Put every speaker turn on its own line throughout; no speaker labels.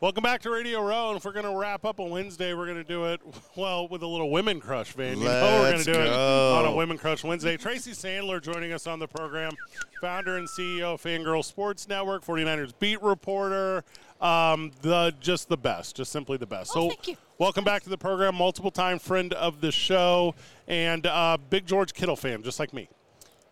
Welcome back to Radio Row, and if we're going to wrap up on Wednesday, we're going to do it, well, with a little Women Crush, Van. You know we're going
Let's
to do it
go.
on a Women Crush Wednesday. Tracy Sandler joining us on the program, founder and CEO of Fangirl Sports Network, 49ers beat reporter, um, the just the best, just simply the best.
Oh,
so
thank you.
welcome back to the program, multiple time friend of the show, and uh, big George Kittle fan, just like me.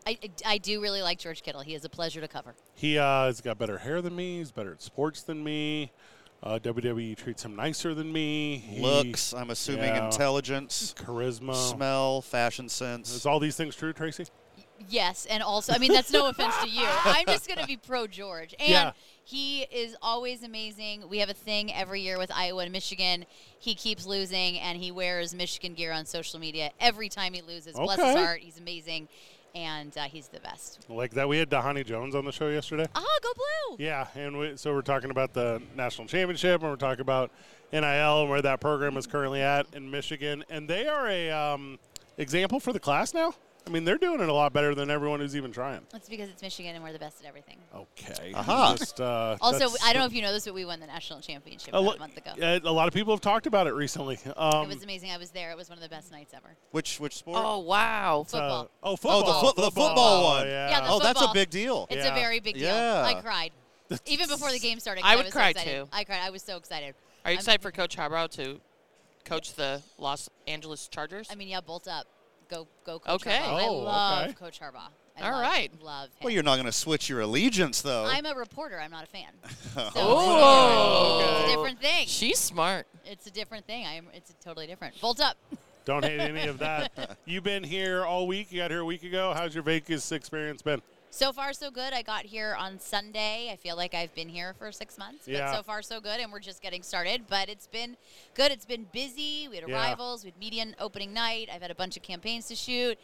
I, I do really like George Kittle. He is a pleasure to cover.
He uh, has got better hair than me. He's better at sports than me. Uh, WWE treats him nicer than me. He-
Looks, I'm assuming
Yeah. Uh,
intelligence,
charisma.
smell, fashion sense.
Is all these things true, Tracy?
Yes, and also, I mean, that's no offense to you. I'm just going to be pro George. And
Yeah.
he is always amazing. We have a thing every year with Iowa and Michigan. He keeps losing, and he wears Michigan gear on social media every time he loses. Bless his
Okay.
heart. He's amazing, and uh, he's the best.
Like that, we had Dahani Jones on the show yesterday.
Ah, go blue.
Yeah, and we, so we're talking about the national championship, and we're talking about NIL and where that program is currently at in Michigan, and they are a um, example for the class now. I mean, they're doing it a lot better than everyone who's even trying.
That's because it's Michigan, and we're the best at everything.
Okay.
Aha.
Just, uh,
Also,
that's-
I don't know if you know this, but we won the national championship
A,
about
lo-
a month ago.
yeah, a lot of people have talked about it recently. Um,
It was amazing. I was there. It was one of the best nights ever.
Which which sport?
Oh wow!
uh,
Football.
oh, football.
Oh, the foot- the football one.
Yeah.
Yeah, the
oh, that's a
football.
big deal.
It's
Yeah.
a very big deal.
Yeah.
I cried. Even before the game started, 'cause
I would
was
cry,
so excited.
too.
I cried. I was so excited.
Are you
I'm-
excited for Coach Harbaugh to coach the Los Angeles Chargers?
I mean, yeah, bolt up. Go, go, Coach
Okay.
Harbaugh. I
Oh,
love
okay.
Coach Harbaugh. I
All
love,
right.
Love him.
Well, you're not going to switch your allegiance, though.
I'm a reporter. I'm not a fan. So
Oh.
It's
Okay.
a different thing.
she's smart.
It's a different thing. I am. It's totally different. Bolt up.
Don't hate any of that. You've been here all week. You got here a week ago. How's your Vegas experience been?
So far, so good. I got here on Sunday. I feel like I've been here for six months, but
Yeah.
so far, so good. And we're just getting started. But it's been good. It's been busy. We had
Yeah.
arrivals. We had media opening night. I've had a bunch of campaigns to shoot.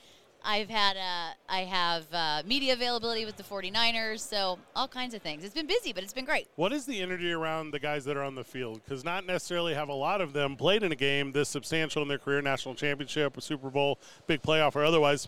I've had uh, I have uh, media availability with the 49ers. So all kinds of things. It's been busy, but it's been great.
What is the energy around the guys that are on the field? Because not necessarily have a lot of them played in a game this substantial in their career, national championship, a Super Bowl, big playoff, or otherwise.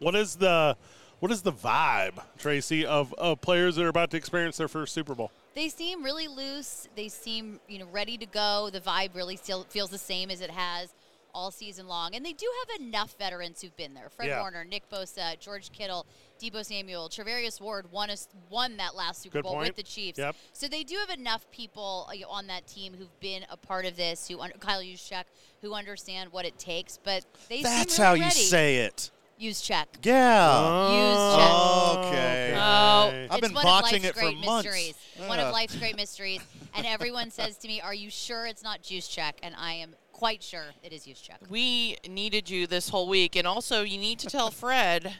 What is the what is the vibe, Tracy, of, of players that are about to experience their first Super Bowl?
They seem really loose. They seem, you know, ready to go. The vibe really still feels the same as it has all season long. And they do have enough veterans who've been there. Fred
Yeah.
Warner, Nick Bosa, George Kittle, Debo Samuel, Treverius Ward won us won that last Super
Good
Bowl
point.
with the Chiefs.
Yep.
So they do have enough people uh, on that team who've been a part of this, who un- Kyle Juszczyk, who understand what it takes. But they
That's
seem
how
really
you
ready.
say it.
Use check.
Yeah.
Use check.
Uh, Okay.
Oh.
I've
it's
been
one
botching it
of life's
for
great
months.
mysteries. One
Yeah.
of life's great mysteries. And everyone says to me, Are you sure it's not juice check? And I am quite sure it is juice check.
We needed you this whole week, and also you need to tell Fred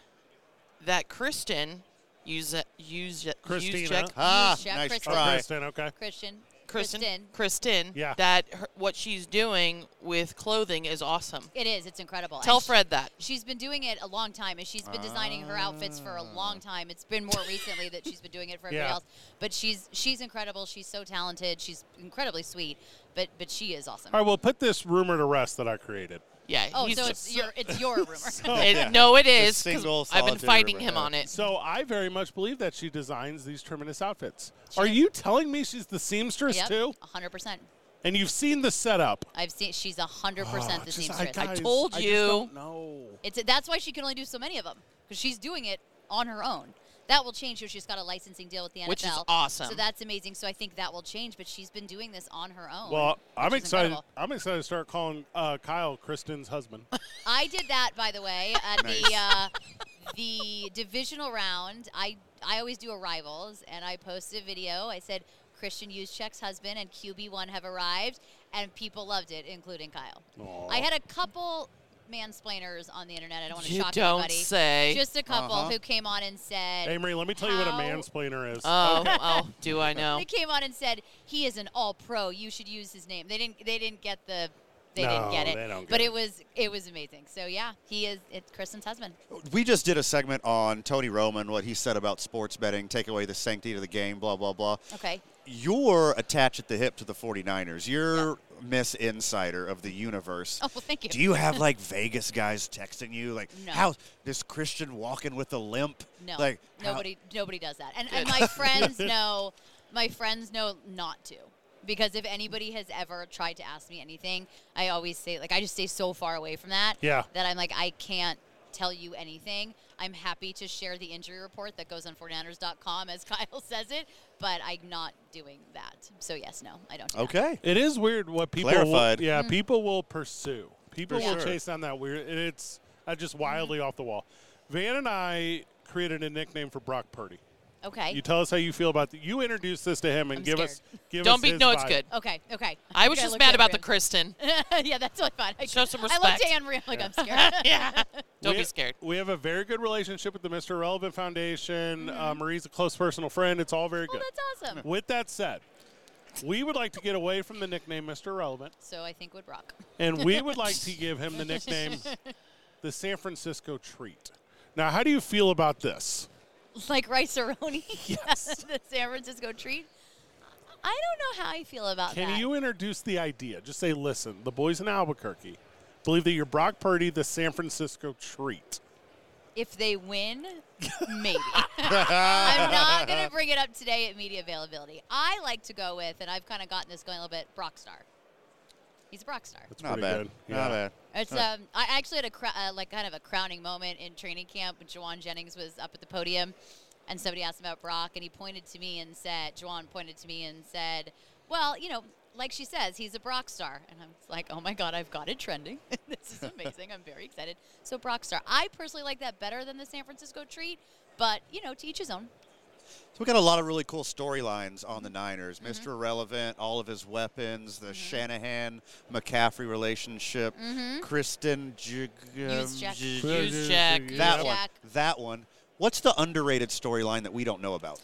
that Kristen use use
Christina.
use Jack-
Ah,
Chef
nice
Oh,
Kristen.
try.
Kristen, okay.
Christian.
Kristen, Kristen,
Yeah.
that her, what she's doing with clothing is awesome.
It is. It's incredible.
Tell
And she-
Fred that.
She's been doing it a long time, and she's been designing her outfits for a long time. It's been more recently that she's been doing it for everybody
Yeah.
else. But she's she's incredible. She's so talented. She's incredibly sweet. But but she is awesome.
All right, well, put this rumor to rest that I created.
Yeah.
oh,
he's
so
just-
it's your it's your rumor.
It-
Yeah.
No, it
The
is. 'cause
single
I've been
solitary
fighting
river.
him on it.
So I very much believe that she designs these tremendous outfits. Are you telling me she's the seamstress
yep,
too?
100%.
And you've seen the setup.
I've seen she's 100% the
Just-
seamstress.
guys,
told
I
you.
No.
It's that's why she can only do so many of them because she's doing it on her own. That will change. So she's got a licensing deal with the NFL,
Which is awesome.
So that's amazing. So I think that will change. But she's been doing this on her own.
Well, I'm
which is
excited.
Oh, incredible.
I'm excited to start calling uh, Kyle Kristen's husband.
I did that, by the way, at the uh, the divisional round. I I always do arrivals, and I posted a video. I said Christian Yuzchek's husband and QB one have arrived, and people loved it, including Kyle. I had a couple mansplainers on the internet. I don't want to
You
shock
don't
anybody.
say.
Just a couple
Uh-huh.
who came on and said.
Amory, let me tell you what a
How-
mansplainer is.
Oh, oh, do I know?
They came on and said he is an all pro. You should use his name. They didn't. They didn't get the. They
No,
didn't get it.
they don't get
but
it.
it was it was amazing. So yeah, he is it's Kristen's husband.
We just did a segment on Tony Roman, what he said about sports betting, take away the sanctity of the game, blah, blah, blah.
Okay.
You're attached at the hip to the 49ers. You're Miss Insider of the universe.
Oh well, thank you.
Do you have like Vegas guys texting you like
No.
how this Christian walking with a limp?
no.
like how-
nobody nobody does that. And, and my friends know. My friends know not to. because if anybody has ever tried to ask me anything, I always say like I just stay so far away from that.
Yeah.
That I'm like I can't tell you anything. I'm happy to share the injury report that goes on 49ers.com as Kyle says it, but I'm not doing that. So yes, no, I don't. Do that.
Okay.
It is weird what people
Clarified.
Will, yeah, people will pursue. People
For
will
sure.
chase down that weird. and It's uh, just wildly off the wall. Van and I created a nickname for Brock Purdy.
Okay.
You tell us how you feel about the, you introduce this to him and
I'm
give
scared.
us give us
Don't be.
his
No, it's
vibe.
good.
okay. Okay.
I was
Okay,
just
looked
mad
at
about the
Ram.
Kristen.
yeah, that's what I thought.
Show some
I looked
respect.
at Andrea. I'm like, I'm scared.
yeah. Don't
we,
be scared.
We have a very good relationship with the Mr. Relevant Foundation. Uh, Marie's a close personal friend. It's all very
Mm-hmm. oh,
good.
that's awesome.
With that said, we would like to get away from the nickname Mr. Relevant,
So I think would rock.
and we would like to give him the nickname the San Francisco Treat. Now, how do you feel about this?
Like rice aroni.
Yes.
the San Francisco treat. I don't know how I feel about
Can
that.
you introduce the idea? Just say, listen, the boys in Albuquerque believe that you're Brock Purdy, the San Francisco Treat.
if they win, maybe. I'm not going to bring it up today at media availability. I like to go with, and I've kind of gotten this going a little bit, Brockstar. He's a rock star.
That's
Not
pretty
bad.
good.
Not bad.
It's um, I actually had a cr- uh, like kind of a crowning moment in training camp when Jawan Jennings was up at the podium, and somebody asked him about Brock, and he pointed to me and said, Jawan pointed to me and said, "Well, you know, like she says, he's a Brock star," and I'm just like, "Oh my God, I've got it trending. this is amazing. I'm very excited." So Brock star, I personally like that better than the San Francisco treat, but you know, to each his own.
So we got a lot of really cool storylines on the Niners.
Mm-hmm.
Mr. Relevant, all of his weapons, the Shanahan McCaffrey relationship, Kristen Jig-
Hughes
um,
Mm-hmm. Jack.
Jig-
Hughes Jack.
that
Hughes
one.
Jack.
That one. What's the underrated storyline that we don't know about?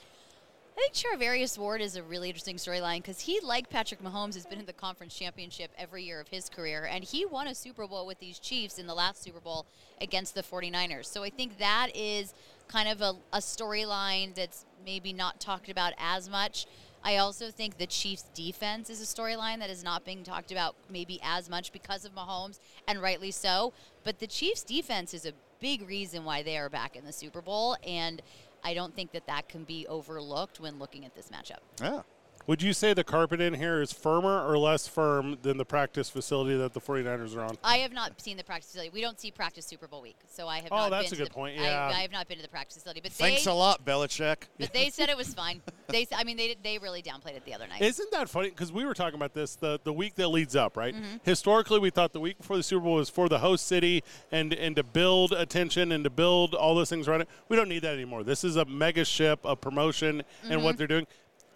I think Charvarius Ward is a really interesting storyline because he, like Patrick Mahomes, has been in the conference championship every year of his career, and he won a Super Bowl with these Chiefs in the last Super Bowl against the 49ers. So I think that is kind of a, a storyline that's maybe not talked about as much. I also think the Chiefs' defense is a storyline that is not being talked about maybe as much because of Mahomes, and rightly so. But the Chiefs' defense is a big reason why they are back in the Super Bowl, and I don't think that that can be overlooked when looking at this matchup.
Yeah.
Would you say the carpet in here is firmer or less firm than the practice facility that the 49ers are on?
I have not seen the practice facility. We don't see practice Super Bowl week, so I have.
Oh,
not
that's a
been to
good
the-
point,
I-
yeah.
I, have not been to the practice facility, but
Thanks
they,
a lot, Belichick.
But they said it was fine. They, s- I mean, they they really downplayed it the other night.
Isn't that funny? Because we were talking about this the, the week that leads up, right? Historically, we thought the week before the Super Bowl was for the host city and and to build attention and to build all those things around it. We don't need that anymore. This is a mega ship of promotion and what they're doing.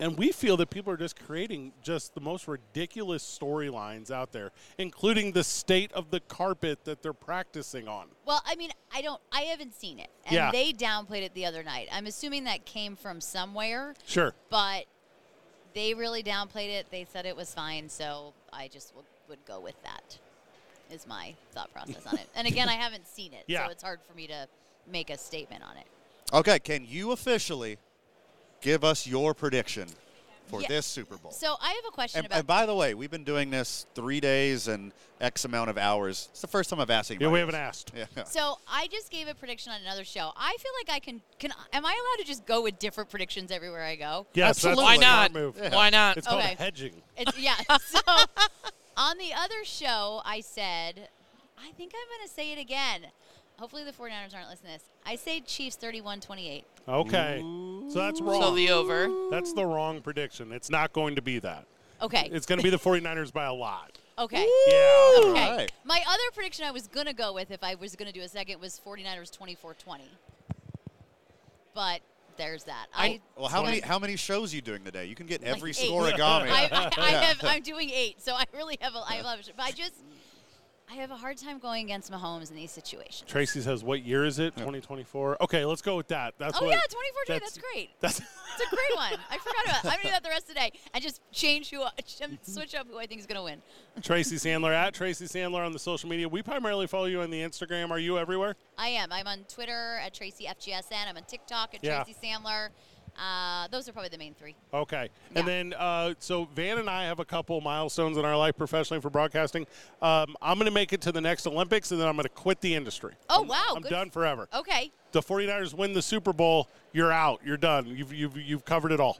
And we feel that people are just creating just the most ridiculous storylines out there, including the state of the carpet that they're practicing on.
Well, I mean, I don't, I haven't seen it, and
Yeah.
they downplayed it the other night. I'm assuming that came from somewhere,
Sure.
but they really downplayed it. They said it was fine, so I just w- would go with that. Is my thought process on it. And again, I haven't seen it,
Yeah.
so it's hard for me to make a statement on it.
Okay, can you officially give us your prediction for
Yeah.
this Super Bowl?
So I have a question
and,
about
and by the way, we've been doing this three days and X amount of hours. It's the first time I've asked anybody.
Yeah, we haven't
this.
asked.
Yeah.
So I just gave a prediction on another show. I feel like I can can am I allowed to just go with different predictions everywhere I go?
Yes, that's
Absolutely.
a
Why
smart
not?
move.
Why not?
It's called
Okay.
hedging.
It's, yeah. So on the other show I said I think I'm going to say it again. Hopefully the 49ers aren't listening to this. I say Chiefs 31-28.
Okay. Mm-hmm. So that's wrong.
So the over.
That's the wrong prediction. It's not going to be that.
Okay.
It's going to be the 49ers by a lot.
okay.
Yeah.
Okay.
All right.
My other prediction I was going to go with if I was going to do a second was 49ers 24-20. But there's that. I,
Oh, Well, how many
I-
how many shows are you doing today? You can get every
eight.
scorigami.
I, I, I
Yeah.
have, I'm doing eight, so I really have a, I love it. But I just, I have a hard time going against Mahomes in these situations.
Tracy says, what year is it? 2024. Okay, let's go with that. That's
Oh
what,
yeah, 24 J. That's, great.
That's,
It's a great one. I forgot about. it. I'm gonna do that the rest of the day and just change who, I-
Mm-hmm.
switch up who I think is gonna win.
Tracy Sandler at Tracy Sandler on the social media. We primarily follow you on the Instagram. Are you everywhere?
I am. I'm on Twitter at Tracy FGSN. I'm on TikTok at
Yeah.
Tracy Sandler. Uh, those are probably the main three.
Okay.
Yeah.
And then, uh, so Van and I have a couple milestones in our life professionally for broadcasting. Um, I'm going to make it to the next Olympics, and then I'm going to quit the industry.
Oh,
I'm-
wow,
I'm
good Oh.
done
f-
forever.
Okay.
The 49ers win the Super Bowl. You're out. You're done. You've, you've, you've covered it all.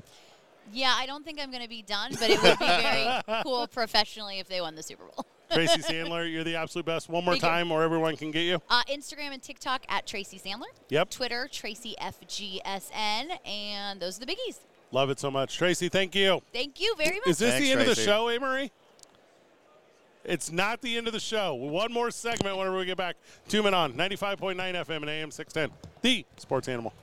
Yeah, I don't think I'm going to be done, but it would be very cool professionally if they won the Super Bowl.
Tracy Sandler, you're the absolute best. One more
Thank you.
time, or everyone can get you.
Uh, Instagram and TikTok at Tracy Sandler.
Yep.
Twitter, Tracy FGSN. And those are the biggies.
Love it so much. Tracy, thank you.
Thank you very much.
Is this
Thanks,
the end of the
Tracy.
show, Amory? It's not the end of the show. One more segment whenever we get back. Two men on 95.9 FM and AM 610. The Sports Animal.